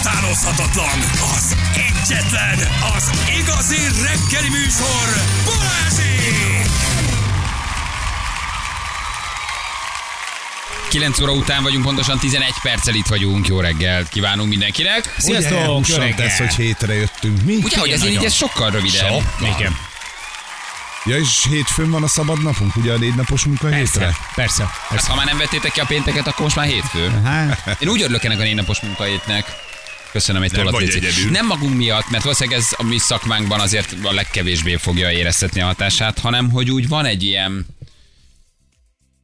utánozhatatlan, az egyetlen, az igazi reggeli műsor, Balázsék! 9 óra után vagyunk, pontosan 11 perccel itt vagyunk. Jó reggelt kívánunk mindenkinek. Sziasztok, jó Sziasztok! reggel. tesz, hogy hétre jöttünk. Mi? Ugye, hogy az így ez sokkal rövidebb. Igen, Ja, és hétfőn van a szabad napunk, ugye a négy napos munka hétre? persze, persze, Hát, persze. ha már nem vettétek ki a pénteket, akkor most már hétfő. Hát, Én úgy örülök ennek a négy napos munkahétnek. Köszönöm egy tollat, vagy Léci. egyedül. Nem magunk miatt, mert valószínűleg ez a mi szakmánkban azért a legkevésbé fogja éreztetni a hatását, hanem hogy úgy van egy ilyen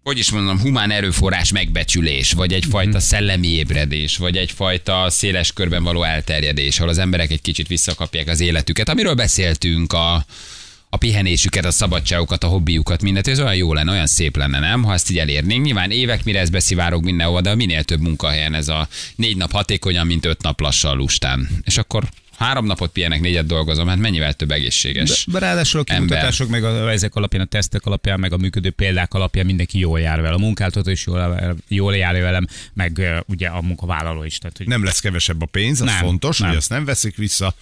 hogy is mondom, humán erőforrás megbecsülés, vagy egyfajta szellemi ébredés, vagy egyfajta széles körben való elterjedés, ahol az emberek egy kicsit visszakapják az életüket, amiről beszéltünk, a, a pihenésüket, a szabadságukat, a hobbiukat, mindent, ez olyan jó lenne, olyan szép lenne, nem? Ha ezt így elérnénk. Nyilván évek, mire ez beszivárog mindenhova, de minél több munkahelyen ez a négy nap hatékonyan, mint öt nap lassan lustán. És akkor három napot pihenek, négyet dolgozom, hát mennyivel több egészséges. de ráadásul a Ember. kimutatások, meg a, ezek alapján, a tesztek alapján, meg a működő példák alapján mindenki jól jár vele. A munkáltató is jól, jól jár velem, meg ö, ugye a munkavállaló is. Tehát, hogy Nem lesz kevesebb a pénz, az Nem, fontos, nem. hogy azt nem veszik vissza.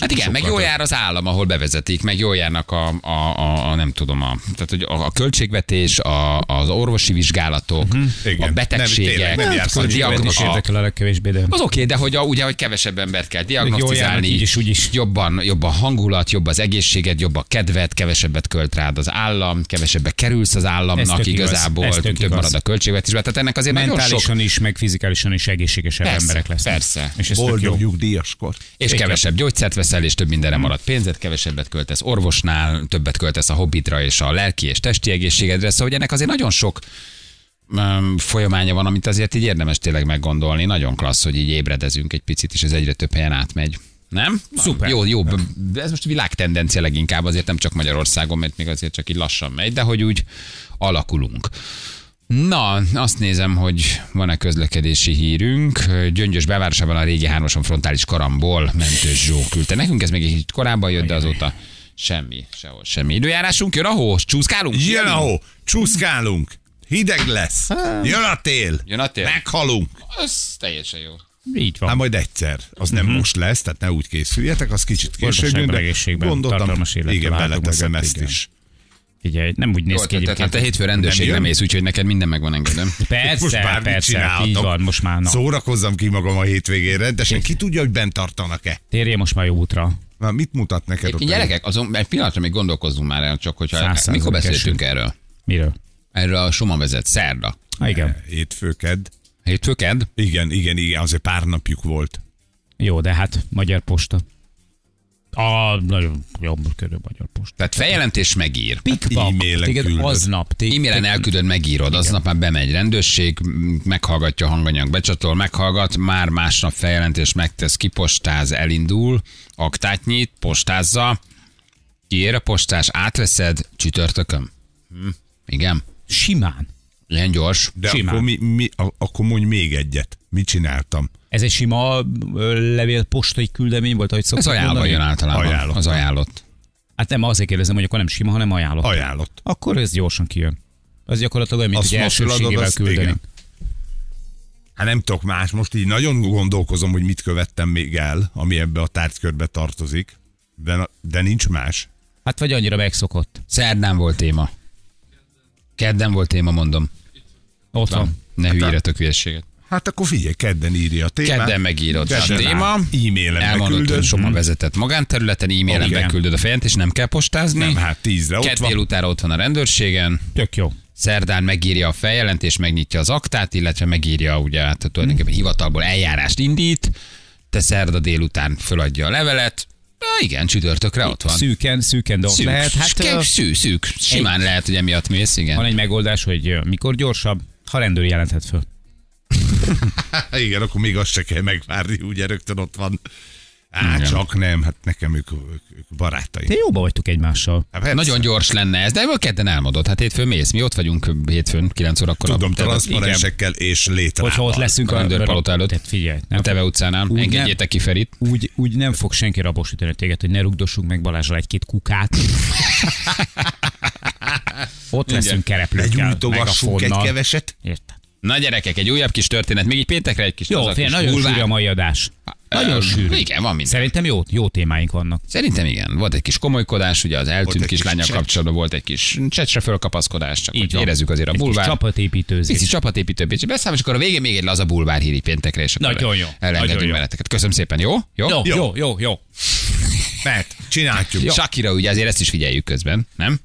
Hát igen, meg Sokkal jól több. jár az állam, ahol bevezetik, meg jól járnak a, a, a, a nem tudom, a, tehát hogy a, a költségvetés, a, az orvosi vizsgálatok, Mhm. uh-huh. a Igen. Nem, betegségek, tényleg, nem a jársz annyit, Engem is diagnosztikus. érdekel a legkevésbé, de... Az oké, okay, de hogy a, ugye, hogy kevesebb embert kell diagnosztizálni, járnak így is, úgy is. jobban, jobb a hangulat, jobb az egészséged, jobb a kedved, kevesebbet költ rád az állam, kevesebbe kerülsz az Ez államnak tök igaz, igazából, ez tök több igaz. marad a költségvetésben, tehát ennek azért nagyon sok Mentálisan is, meg fizikálisan is egészségesebb Persze, emberek lesznek. persze. És ez tök jó. Boldog nyugdíjaskor. És Igen. kevesebb gyógyszert veszel, és több mindenre marad pénzed, kevesebbet költesz orvosnál, többet költesz a hobbitra és a lelki és testi egészségedre. Szóval hogy ennek azért nagyon sok öm, folyamánya van, amit azért így érdemes tényleg meggondolni. Nagyon klassz, hogy így ébredezünk egy picit, és ez egyre több helyen átmegy. Nem? Szuper. Jó, jó. b- b- Ez most világtendencia leginkább, azért nem csak Magyarországon, mert még azért csak így lassan megy, de hogy úgy alakulunk. Na, azt nézem, hogy van-e közlekedési hírünk. Gyöngyös bevárosában a régi hármason frontális karamból mentős Zsó küldte. Nekünk ez még egy kicsit korábban jött, de azóta semmi, sehol semmi. Időjárásunk, jön a hó, csúszkálunk? Jön a hó, csúszkálunk, hideg lesz, jön a tél, Jön a tél. meghalunk. Ez teljesen jó. Így van. Hát majd egyszer. Az nem most lesz, tehát ne úgy készüljetek, az kicsit Gazdaságban, később jön, egészségben, tartalmas életre igen, váltunk beleteszem mögött, ezt igen. is. Figyelj, nem úgy néz Jó, ki tehát hát egyébként. te hétfő rendőrségre jön? mész, úgyhogy neked minden megvan engedem. Persze, most már mit persze, hát csinálhatok? így van, most már. Na. Szórakozzam ki magam a hétvégén rendesen, ki tudja, hogy bent tartanak-e? Térjél most már jó útra. Na, mit mutat neked ott? Én gyerekek, azon egy pillanatra még gondolkozzunk már el, csak hogyha... Száz százalék Mikor beszéltünk esünk. erről? Miről? Erről a Soma vezet, szerda. Ha, igen. Hétfőked. Hétfő, kedd? Igen, igen, igen, azért pár napjuk volt. Jó, de hát Magyar Posta. A nagyon jó működő Magyar Posta. Tehát feljelentés megír. Pikpak, Hát e-mailen téged küldöd. aznap. Téged, E-mailen elküldöd, megírod, aznap már bemegy rendőrség, m- meghallgatja a hanganyag, becsatol, meghallgat, már másnap feljelentés megtesz, kipostáz, elindul, aktát nyit, postázza, kiér a postás, átveszed, csütörtökön. Hm, igen, Simán. ilyen gyors. De Simán. akkor, mi, mi, a- akkor mondj még egyet. Mit csináltam? Ez egy sima ö, levél postai küldemény volt, ahogy Ez szoktuk ajánlva mondani? jön általában, Ajánlott. az ajánlott. Hát nem, azért kérdezem, hogy akkor nem sima, hanem ajánlott. Ajánlott. Akkor ez gyorsan kijön. Az gyakorlatilag olyan, mint Azt hogy most eladod, elsőségével azt küldeni. igen. Hát nem tudok más, most így nagyon gondolkozom, hogy mit követtem még el, ami ebbe a tárgykörbe tartozik, de, na- de nincs más. Hát vagy annyira megszokott. Szerdán volt téma. Kedden volt téma, mondom. Ott van. Ne hülyéretek hülyességet. Hát akkor figyelj, kedden írja a témát. Kedden megírod a Kedden téma. áll. E-mailen Elmondod, beküldöd. hogy Hm. sokan vezetett magánterületen, e-mailen Igen. beküldöd a feljelentést, nem kell postázni. Nem, hát tízre ott Kedd van. délutára ott van a rendőrségen, Tök jó. szerdán megírja a feljelentést, megnyitja az aktát, illetve megírja, ugye, hát tulajdonképpen Hmm. hivatalból eljárást indít, te szerda délután föladja a levelet, Na igen, csütörtökre ott van. Szűken, szűken dolog Szűk, lehet. Hát szűk, ö, szűk, szűk. Simán lehet, hogy emiatt mész, van igen. egy megoldás, hogy ö, mikor gyorsabb, ha rendőr jelenthet föl. Hát igen, akkor még azt se kell megvárni, ugye rögtön ott van. Á, Igen. csak nem, hát nekem ők, ők, ők barátaim. Te jóba vagytok egymással. Hát persze. Nagyon gyors lenne ez, de ebből kedden elmondod. Hát hétfőn mész, mi ott vagyunk hétfőn, 9 órakor. a- Tudom, te- transzparensekkel és létrával. Hogyha ott leszünk a rendőrpalota előtt. Tehát Hát figyelj, nem a Teve utcánál. Úgy Engedjétek ki Ferit. úgy, úgy nem fog senki rabos üteni téged, hogy ne rugdossunk meg Balázsra egy-két kukát. Ott leszünk kereplőkkel, Legyújtogassunk egy megafonnal. keveset. Érted? Na gyerekek, egy újabb kis történet, még így péntekre egy kis Jó, laza fél, kis nagyon bulvár. súlyra a mai adás. Nagyon Öm, sűrű. Igen, van minden. Szerintem jó, jó témáink vannak. Szerintem igen. Volt egy kis komolykodás, ugye az eltűnt egy kis kislányjal cset. kapcsolatban volt egy kis csecsre fölkapaszkodás, csak Így hogy van. érezzük azért a Egy kis bulvár. Pici Csapatépítőzés. csapatépítő Pécsi beszámol, és akkor a végén még egy laza bulvár híri péntekre, és akkor Nagyon jó. Nagyon elengedünk jó. meneteket. Köszönöm szépen, jó? Jó? Jó, jó, jó, jó. Mert csináljuk. Jó. Shakira, ugye azért ezt is figyeljük közben, nem?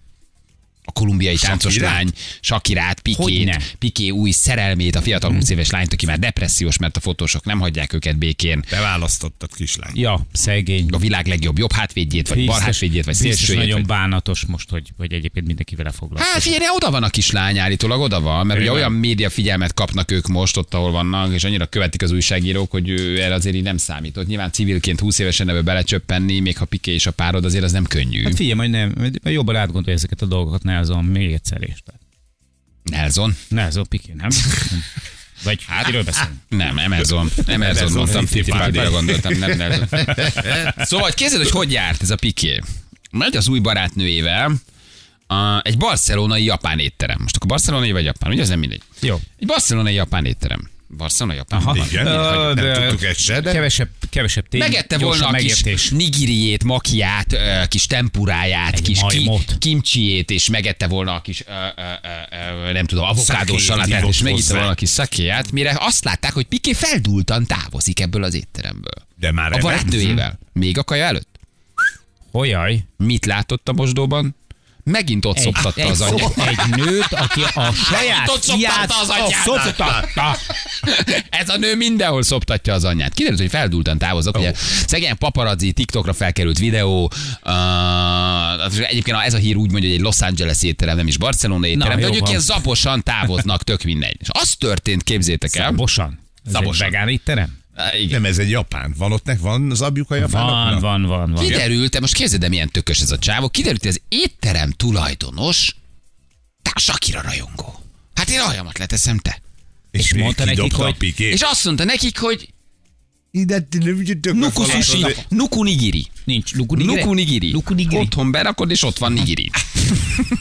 A kolumbiai táncos Shakirát? lány, Sakirát, Hogyne. Pikét, Piké új szerelmét, a fiatal 20 éves lányt, aki már depressziós, mert a fotósok nem hagyják őket békén. Te választottad, kislány. Ja, szegény. A világ legjobb jobb hátvédjét, vagy bal hátvédjét, vagy biztos szélsőjét. nagyon Vagy... bánatos most, hogy, hogy egyébként mindenki vele foglalkozik. Hát figyelj, oda van a kislány, állítólag oda van, mert ugye Igen. olyan média figyelmet kapnak ők most ott, ahol vannak, és annyira követik az újságírók, hogy ő erre azért így nem számított. Nyilván civilként 20 évesen ebbe belecsöppenni, még ha Piké és a párod, azért az nem könnyű. Hát figyelj, majd nem, majd jobban átgondolja ezeket a dolgokat, Nelson, még egyszer is. Tehát Nelson. Nelson Piqué, nem? Vagy hát, kiről beszélünk? Nem, Emerson. Emerson mondtam, Fittipáldira gondoltam, nem Emerson. Szóval hogy képzeld, hogy hogy járt ez a piké. Megy az új barátnőjével a, egy barcelonai japán étterem. Most akkor barcelonai vagy japán, ugye ez nem mindegy. Jó. Egy barcelonai japán étterem. Barcelona, japán. Aha. Mindegy. Igen, Ö, nem de- tudtuk egy se, de- Kevesebb, kevesebb tény. Megette gyorsan volna a kis megértés. nigiriét, makiát, ö, kis tempuráját, Egy kis ki, majmot. kimcsiét, és megette volna a kis, ö, ö, ö, ö, nem tudom, avokádós Szakét salátát, és hívott megitte hozzá. volna a kis szakéját, mire azt látták, hogy Piké feldúltan távozik ebből az étteremből. De már A ebben- barátnőjével. Még a kaja előtt? Olyaj. Mit látott a mosdóban? Megint ott Egy, szoptatta egy, az anyja. egy nőt, aki a saját Ott szoptatta fiát az anyját. szoptatta. Ez a nő mindenhol szoptatja az anyját. Kiderült, hogy feldúltan távozok. Ugye szegény paparazzi, TikTokra felkerült videó. Uh, egyébként ez a hír úgy mondja, hogy egy Los Angeles étterem, nem is Barcelona étterem, de jó hogy ők van. ilyen zaposan távoznak, tök mindegy. És az történt, képzétek el. Szabosan. Ez Szabosan. egy vegán étterem? Á, Igen. Nem, ez egy japán. Van ott nek, van az abjuk a japánoknak? Van, van, van, van. Kiderült, te most képzeld, el, milyen tökös ez a csávó, kiderült, hogy az étterem tulajdonos, te a Sakira rajongó. Hát én ajamat leteszem te. És, még mondta nekik, kidobta a hogy- Pikét. És azt mondta nekik, hogy Ide ti nem ügyötök a nuku falát, sushi, az- nuku nigiri. Nincs. Lukunigiri? Nuku nigiri. Lukunigiri. Otthon berakod, és ott van nigiri.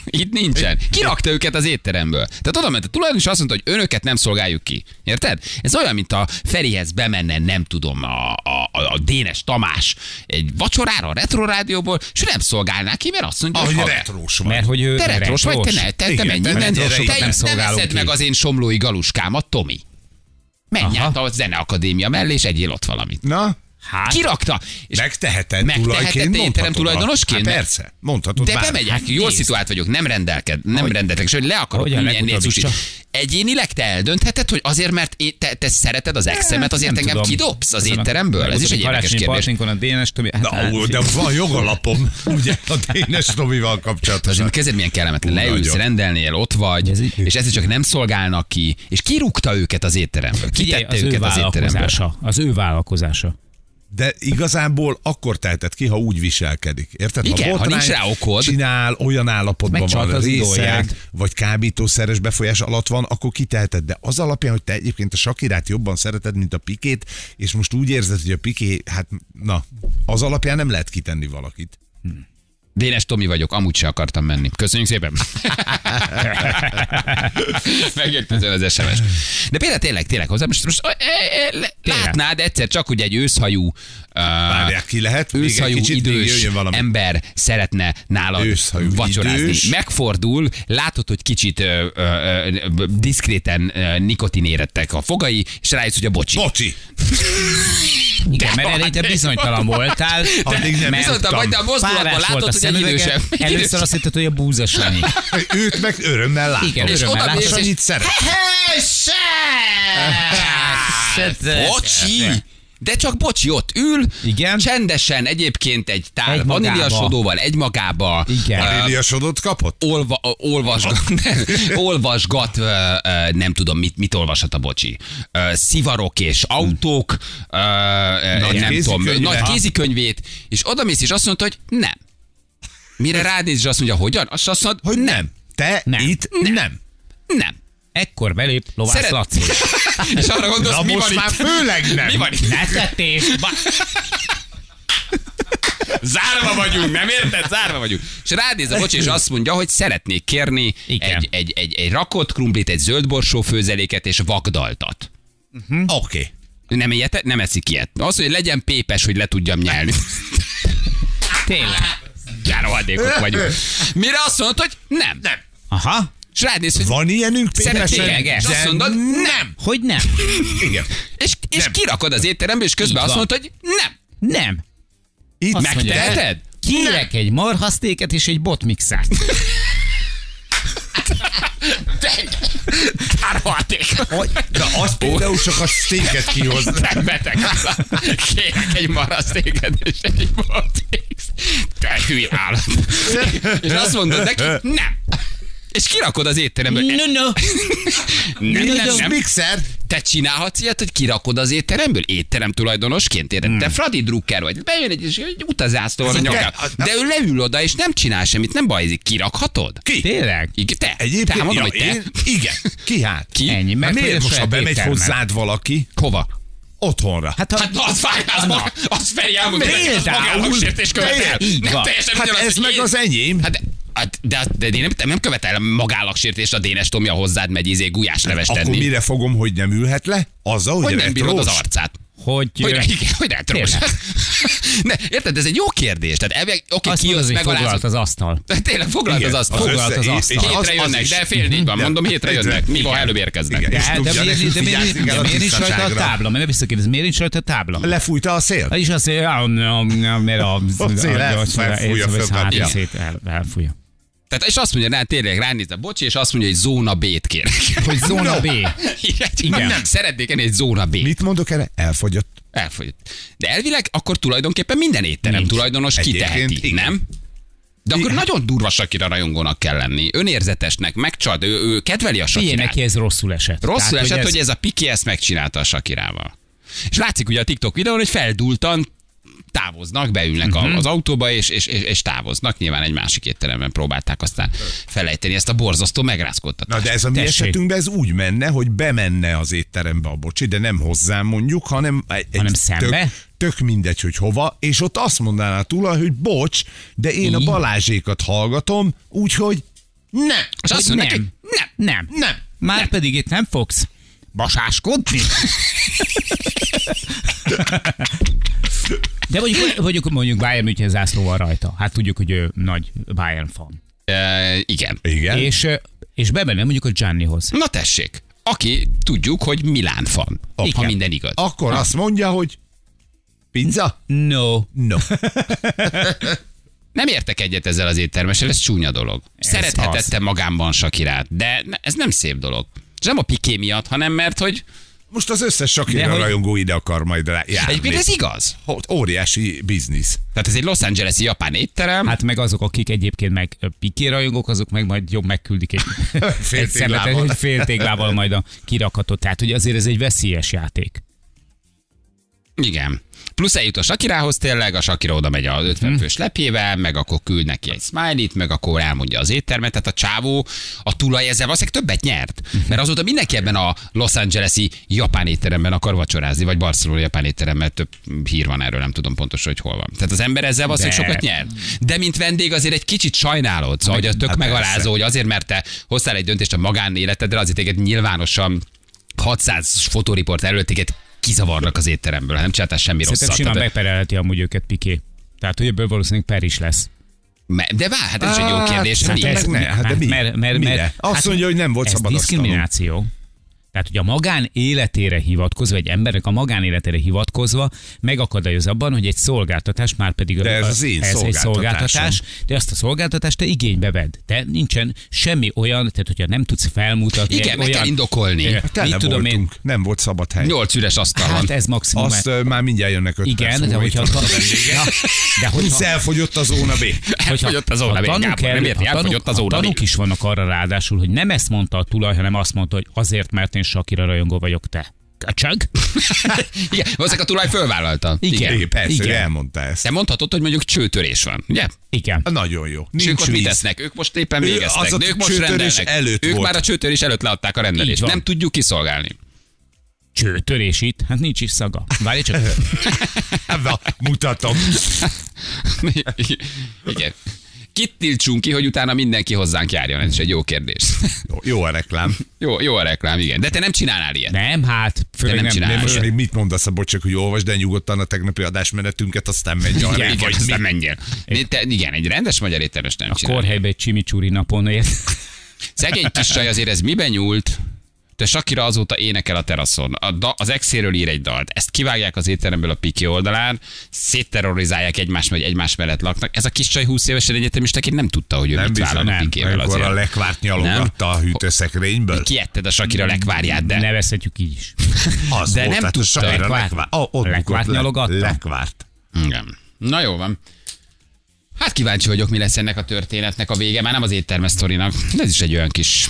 Itt nincsen. Kirakta őket az étteremből. Tehát oda ment a tulajdonos, azt mondta, hogy önöket nem szolgáljuk ki. Érted? Ez olyan, mint a Ferihez bemenne, nem tudom, a, a, a, a Dénes Tamás egy vacsorára a retro rádióból, és ő nem szolgálná ki, mert azt mondja, Ahogy haver. retrós van. Mert hogy ő Te retrós vagy, te ne, te, te Igen, menj te innen, te, retrosokat nem, nem nem szolgálunk eszed ki. meg az én somlói galuskámat, Tomi. Menj Aha. át a Zeneakadémia mellé, és egyél ott valamit. Na, Hát, Kirakta. És megteheted Megteheted tulajként, te étterem mondhatod. tulajdonosként? Hát persze, mondhatod de bármit. bemegyek, jól Hát nézd. szituált vagyok, nem rendelked, nem hogy, rendeltek, és hogy le akarok Hogyan mindenni egy legutóbb is sushi. Egyénileg te eldöntheted, hogy azért, mert én, te, te szereted az exemet, azért Hát, nem engem tudom. kidobsz az Ezen a- étteremből? Ez is egy érdekes karácsonyi kérdés. partinkon a DNS többi... Hát, Na, ó, de van jogalapom, ugye, a Dénes Tomival kapcsolatosan. Azért kezded milyen kellemetlen. Ú, Leülsz, nagyon. rendelnél, ott vagy, Ez így- és ezt csak nem szolgálnak ki, és kirúgta őket az étteremből. Figyelj, Kitette az ő őket az étteremből. vállalkozása. Az ő vállalkozása. De igazából akkor teheted ki, ha úgy viselkedik. Érted? Igen, ha botrány nincs rá okod. Csinál, olyan állapotban Megcsalt van az az idóját. részeg, vagy kábítószeres befolyás alatt van, akkor kiteheted. De az alapján, hogy te egyébként a Sakirát jobban szereted, mint a Pikét, és most úgy érzed, hogy a Piké, hát na, az alapján nem lehet kitenni valakit. Dénes Tomi vagyok, amúgy se akartam menni. Köszönjük szépen. Megjött ezen az SMS. De például tényleg, tényleg hozzá, most, most e, e, le- Tényleg. látnád egyszer csak, hogy egy őszhajú, uh, Várják, ki lehet? Még egy őszhajú kicsit, még idős jöjjön valami. ember szeretne nálad Őszhajú vacsorázni. idős. Megfordul, látod, hogy kicsit ö, ö, ö, b- diszkréten ö, nikotin érettek a fogai, és rájössz, hogy a bocsi. Bocsi! Igen, mert hát, eleinte bizonytalan voltál. Addig nem mert Viszont a majd a mozdulatban párás volt a látod, hogy egy szemüvege, idősebb. először azt hitted, hogy a búza Sanyi. Őt meg örömmel látom. Igen, És örömmel oda látod, mész, hogy és- Annyit szeret. Hé, se! se- Bocsi! De csak bocsi, ott ül, Igen. csendesen egyébként egy tál Egymagába. vaníliasodóval egymagába, Igen. Vaníliasodot kapott? olva, olvasgat, nem, olvasgat ö, ö, nem tudom, mit, mit olvashat a bocsi. Ö, Szivarok és autók, ö, ö, Nagy nem tudom, kézikönyve. nagy kézikönyvét, és odamész és azt mondta, hogy nem. Mire ránéz, és azt mondja, hogyan? Azt azt mondod, Hogy nem. Te Nem. itt nem. nem. Ekkor belép Lovász Szeret- Szeret... Laci. És arra gondolsz, Na mi van most már itt? főleg nem. Mi van itt? Ne tettés! ba- Zárva vagyunk, nem érted? Zárva vagyunk. És ránéz a bocsi, és azt mondja, hogy szeretnék kérni Igen. egy, egy, egy, egy rakott krumplit, egy zöldborsó főzeléket és vakdaltat. Hm? Oké. Nem, ilyet, nem eszik ilyet. Az, hogy legyen pépes, hogy le tudjam nyelni. Tényleg. Járóadékok vagyunk. Mire azt mondod, hogy nem. Nem. Aha. És rád néz, hogy Van ilyenünk pépesen? szeretnél. tényleg, És azt De mondod, nem. Hogy nem? Igen. És, és kirakod az étteremből, és közben Így azt van. mondod, hogy nem. Nem. Itt Azt mondja, Megteheted? Kérek egy marhasztéket és egy botmixát. Járóadék. Hogy? Na, az például csak a stéket kihoz. Nem beteg. Kérek egy marasztéket és egy marasztéket. Te hülye állat. És azt mondod neki, nem. És kirakod az étteremből. No, no. Nem, nem, Nem nem. mixer? Te csinálhatsz ilyet, hogy kirakod az étteremből? Étterem tulajdonosként, érted? Te Fradi drukker vagy. Bejön egy, és egy utazásztó van a Hmm. Ez nyakán. de- az- De ő leül oda, és nem csinál semmit, nem bajzik. Kirakhatod? Ki? Tényleg? Igen, te. Egyébként, Támadom, ja, hogy te. én, igen. Ki hát? Ki? Ennyi, Hát mert miért most, ha bemegy hozzád valaki, Hova? otthonra? Hát, ha... Hát na, az fáj, az, maga, az felé elmondod, hogy ez Például. magának sértés követel. Miért? Így Nem van. teljesen Hát ugyanaz, ez hogy meg én- az enyém. Hát de, hát de, de, de én nem, nem követelem magállagsértést, a Dénes Tomja hozzád megy izé gulyásleves Akkor tenni. mire fogom, hogy nem ülhet le? Azzal, hogy, Hogy nem bírod az retrós? arcát. Hogy... Hogy, ö, ne- igen, hogy ne trós. Tényleg. ne, érted, ez egy jó kérdés. Tehát elvileg, oké, Azt okay, mondod, kijössz, hogy foglalt megalázod. az asztal. Hát Tényleg foglalt Igen, az azt. az Foglalt össze- az és- azt. és Hétre az- az jönnek, is. de fél négy van, mondom, hétre Igen. jönnek. Mi van, előbb Mhm. Igen. érkeznek. És De, de, tudja miért, nekünk de, miért, vigyázni kell de a miért nincs rajta a tisztaságra. tábla? Mert visszakérdez, miért nincs rajta a tábla? Lefújta a szél? És azt mondja, mert a... A cél el- elfújja, fölkapja. el, elfújja. Tehát, és azt mondja, rá, tényleg ránéz a bocsi, és azt mondja, hogy zóna B-t kérek. Hogy zóna B. Igen. Nem, nem, szeretnék enni egy zóna B. Mit mondok erre? Elfogyott. Elfogyott. De elvileg akkor tulajdonképpen minden étterem Nincs. tulajdonos Egyébként kiteheti, igen. nem? De akkor nagyon durva Sakira rajongónak kell lenni. Önérzetesnek, megcsad, ő, ő kedveli a Figyelj Sakirát. neki, ez rosszul esett. Rosszul Tehát, esett, hogy ez a Piki ezt megcsinálta a Sakirával. És látszik ugye a TikTok videón, hogy feldultan távoznak, beülnek uh-huh. az autóba, és, és, és, és, távoznak. Nyilván egy másik étteremben próbálták aztán felejteni ezt a borzasztó megrázkodtatást. Na de ez a mi Tessék. esetünkben ez úgy menne, hogy bemenne az étterembe a bocsi, de nem hozzám mondjuk, hanem egy Hanem tök- szembe? Tök mindegy, hogy hova, és ott azt mondaná a tulaj, hogy bocs, de én a Így. Balázsékat hallgatom, úgyhogy Nem. És azt hogy mondják, hogy nem. nem. Nem. nem. Már pedig itt nem fogsz basáskodni. De mondjuk, mondjuk, mondjuk Bayern München zászló van rajta. Hát tudjuk, hogy ő nagy Bayern fan. E, igen. Igen. És, ö, és bemenne mondjuk a Giannihoz. Na tessék, aki tudjuk, hogy Milán fan. Ha Igen. minden igaz. Akkor azt mondja, hogy pizza? No. No. Nem értek egyet ezzel az éttermessel, ez csúnya dolog. Szerethetette magámban Sakirát, de ne- ez nem szép dolog. És nem a piké miatt, hanem mert, hogy Most az összes De Shakira hogy- rajongó ide akar majd rá járni. egyébként ez igaz. Ott Óriási biznisz. Tehát ez egy Los Angeles-i japán étterem. Hát, Hát meg azok, akik egyébként meg ö, piké rajongók, azok meg majd jobb megküldik egy, egy szemetet, téglával. egy féltéglával majd a kirakatot. Tehát ugye azért ez egy veszélyes játék. igen. Plusz eljut a Sakirához tényleg, a Sakira oda megy az 50 fős lepjével, meg akkor küld neki egy smiley-t, meg akkor elmondja az éttermet, tehát a csávó, a tulaj ezzel valószínűleg többet nyert. Mert azóta mindenki ebben a Los Angeles-i japán étteremben akar vacsorázni, vagy Barcelona japán étteremben, több hír van erről, nem tudom pontosan, hogy hol van. Tehát az ember ezzel valószínűleg De- sokat nyert. De mint vendég azért egy kicsit sajnálod, szóval, hogy a tök hát megalázó, persze. hogy azért, mert te hoztál egy döntést a magánéletedre, azért téged nyilvánosan 600 fotóriport előtt téged kizavarnak az étteremből, nem csináltál semmi Szerintem rosszat. simán Tehát- megperelheti amúgy őket piké. Tehát, hogy ebből valószínűleg per is lesz. Me- De vár, hát ez is egy jó Á, kérdés. hát mi? ez- Ez- ne, hát de mi? Mert, mert, Mire? mert, hát Azt mondja, hogy nem volt ez szabad asztalon. diszkrimináció. Tehát, hogy a magán életére hivatkozva, egy embernek a magánéletére hivatkozva megakadályoz abban, hogy egy szolgáltatás, már pedig De ez a- az én ez egy szolgáltatásom. szolgáltatás, de azt a szolgáltatást te igénybe vedd. Te nincsen semmi olyan, tehát hogyha nem tudsz felmutatni. Igen, egy meg olyan, kell indokolni. Igen. Tele Mit tudom én? voltunk. Nem volt szabad hely. Nyolc üres asztal van. Hát ez maximum. Azt ö, már mindjárt jönnek öt perc igen, de múlva, hogyha, itt ta, van a vendég. ja, de Plusz hogyha elfogyott a zóna B. Elfogyott Hát, az óra, ha Gábor, tanúk, nem el, érti, ha elfogyott tanúk, az ha óra. tanúk is vannak arra ráadásul, hogy nem ezt mondta a tulaj, hanem azt mondta, hogy azért, mert én Sakira rajongó vagyok te. Köcsög? Igen, valószínűleg a tulaj fölvállalta. Igen. Igen, persze, Igen. igen. elmondta ezt. Te mondhatod, hogy mondjuk csőtörés van, ugye? Igen. Nagyon jó. És ők Nincs ott mit víz. tesznek? Ők most éppen Ő- végeztek. az a de ők most csőtörés rendelnek. előtt ők volt. már a csőtörés előtt leadták a Így rendelést. van. Nem tudjuk kiszolgálni. Csőtörés itt? Hát nincs is szaga. Várj csak. Na, mutatom. Igen. Kit tiltsunk ki, hogy utána mindenki hozzánk járjon? Ez is egy jó kérdés. Jó, jó a reklám. jó, jó a reklám, igen. De te nem csinálnál ilyet. Nem, hát, főleg nem nem, csinálod. nem, De most Igen. még mit mondasz a bocsek, hogy olvasd el nyugodtan a tegnapi adásmenetünket, aztán menj arra, Igen, vagy vagy aztán menjél. Te, igen, egy rendes magyar éttermes nem A csinál. korhelybe egy csimicsúri napon ért. Szegény kis csaj azért ez miben nyúlt? Te Sakira azóta énekel a teraszon. A da, az exéről ír egy dalt. Ezt kivágják az étteremből a piki oldalán, szétterrorizálják egymást, vagy egymás mellett laknak. Ez a kis csaj 20 évesen egyetemistaként nem tudta, hogy ő Nem mit bizony, vállal a nem. pikével Amikor a azért. lekvárt nyalogatta a hűtőszekrényből. Kietted a Sakira lekvárját, de... Nevezhetjük így is. Az De volt, nem hát tudta. sajra Lekvárt- lekvárt. Ah, ott lekvárt bukott le. nyalogatta? Lekvárt. Igen. Na jó van. Hát kíváncsi vagyok, mi lesz ennek a történetnek a vége. Már nem az éttermes sztorinak. De Ez is egy olyan kis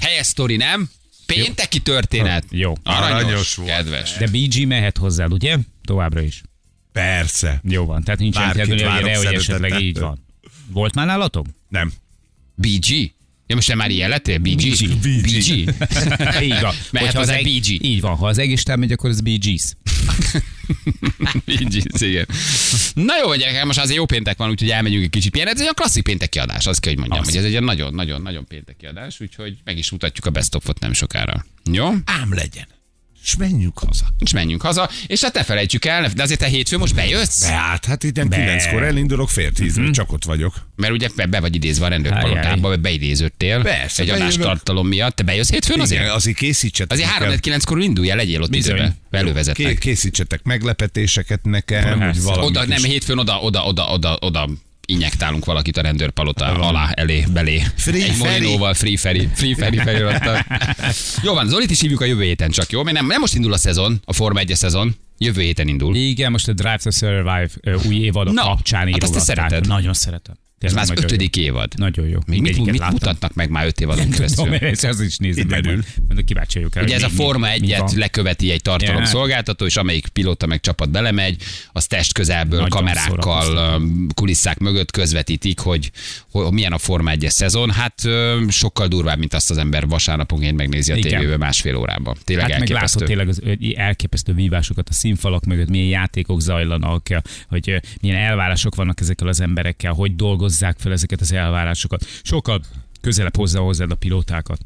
helyes sztori, nem? Pénteki történet. Jó. Aranyos, Aranyos volt. kedves. De BG mehet hozzá, ugye? Továbbra is. Persze. Jó van, tehát nincs Bárkit jelentkezője, várok hogy esetleg szeretettel. így van. Volt már nálatok? Nem. BG? Ja, most te már ilyen lettél? BG? BG. BG. így van. Mehet hát, az hozzá eg- BG. Így van, ha az egész megy, akkor az BG's. BG, igen. Na jó, gyerekek, most azért jó péntek van, úgyhogy elmegyünk egy kicsit pihenni. Ez egy olyan klasszik pénteki adás, azt kell, hogy mondjam, Az. hogy ez egy ilyen nagyon-nagyon-nagyon pénteki adás, úgyhogy meg is mutatjuk a best of-ot nem sokára. Jó? Ám legyen. És menjünk haza. És menjünk haza, és hát ne felejtjük el, de azért te hétfő most bejössz, Beállt, hát itt kilenckor elindulok, fél tízre, Mhm. csak ott vagyok. mert ugye be, be vagy idézve a Ajaj. rendőrpalotába, vagy beidéződtél Persze, egy bejövök. adástartalom miatt. Te bejössz hétfőn Azért, azért? azért készítsetek. Azért 3 9 kor indulj el, legyél ott Bizony. időben, Ké- elővezetnek. készítsetek meglepetéseket nekem, hogy valami Oda, nem, hétfőn oda, oda, oda, oda, oda injektálunk valakit a rendőrpalota alá, elé, belé. Free Egy Feri. molinóval, free feri, free feri felirattal. Jó van, Zolit is hívjuk a jövő héten csak, jó? Mert nem, nem most indul a szezon, a Forma 1 szezon, jövő héten indul. Igen, most a Drive to Survive ö, új évadok Na, kapcsán hát azt te írogatták. szereted. Nagyon szeretem. Ez Tényleg már az nagyon jó. ötödik évad. Nagyon jó. Még mit, Mindegyiket mit láttam. mutatnak meg már öt évadon Tudom, keresztül? ezt az is nézem meg. Kiderül. Majd, majd kíváncsi vagyok rá, Ugye ez hogy a mi- Forma mi- mi van. 1-et leköveti egy tartalom Ja. szolgáltató, és amelyik pilóta meg csapat belemegy, az test közelből, Nagyon kamerákkal, szórakoztató. öm, kulisszák mögött közvetítik, hogy, hogy milyen a Forma 1 szezon. Hát öm, sokkal durvább, mint azt az ember vasárnaponként megnézi a Igen. tévében másfél órában. Tényleg Hát meg látod elképesztő. tényleg az ö, elképesztő vívásokat a színfalak mögött, milyen játékok zajlanak, hogy ö, milyen elvárások vannak ezekkel az emberekkel, hogy dolgozzák fel ezeket az elvárásokat. Sokkal közelebb hozzá hozzád a pilótákat.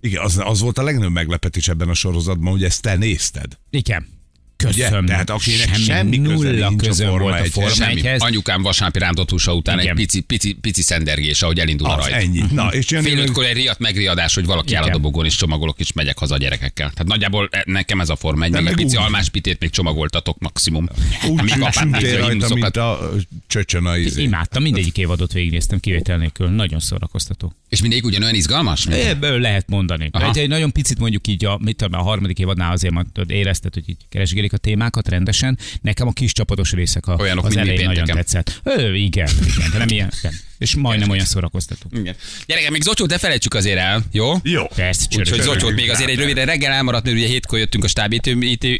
Igen, az, az volt a legnagyobb meglepetés ebben a sorozatban, hogy ezt te nézted. Igen. Köszönöm. Ugye? Tehát akinek semmi köze nulla nincs a közöm Forma volt a 1-hez. Forma Semmi. 1 Anyukám vasárnapi rántott húsa után egy Igen. pici, pici, pici szendergés, ahogy elindul a Az rajt. ennyi. Na, és jön Fél ötkor egy riadt megriadás, hogy valaki áll a Igen. dobogón, és csomagolok, és megyek haza a gyerekekkel. Tehát nagyjából e- nekem ez a forma egy, De meg egy meg pici úgy. almáspitét még csomagoltatok maximum. úgy Még apám sültél nézi a rajta, mint himnuszokat. a ö, csöcsön a izé. Imádtam, mindegyik évadot végignéztem kivétel nélkül. Nagyon szórakoztató. És mindig ugyanolyan izgalmas? mint- Ebből lehet mondani. Aha. Egy, egy nagyon picit mondjuk így a, mit tudom, a harmadik évadnál azért majd tudod, érezted, hogy így keresgélik a témákat rendesen. Nekem a kis csapatos részek a, Olyanok, az mint mi elején nagyon pénteken. tetszett. Ő, igen, igen, de nem ilyen. Nem. És majdnem olyan szórakoztató. Igen. Gyerekek, még Zotyót ne felejtsük azért el, jó? Jó. Persze, Úgyhogy csörög. Zotyót még azért egy röviden reggel elmaradt, mert ugye hétkor jöttünk a stáb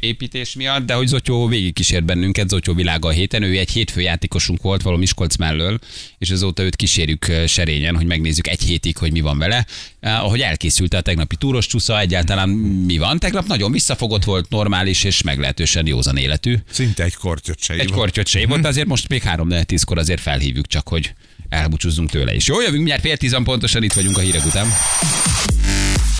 építés miatt, de hogy Zotyó végig kísért bennünket, Zotyó világa a héten, ő egy hétfő játékosunk volt valami Miskolc mellől, és azóta őt kísérjük eh, serényen, hogy megnézzük egy hétig, hogy mi van vele. Eh, Ahogy elkészült a tegnapi túros csúsza, egyáltalán mi van. Tegnap nagyon visszafogott volt, normális és meglehetősen józan életű. Szinte egy kortyot se Egy ívott. kortyot se volt, azért most még 3 4 10 kor azért felhívjuk csak, hogy elbúcsúzzunk tőle is. Jó, jövünk mindjárt fél tízan pontosan, itt vagyunk a hírek után.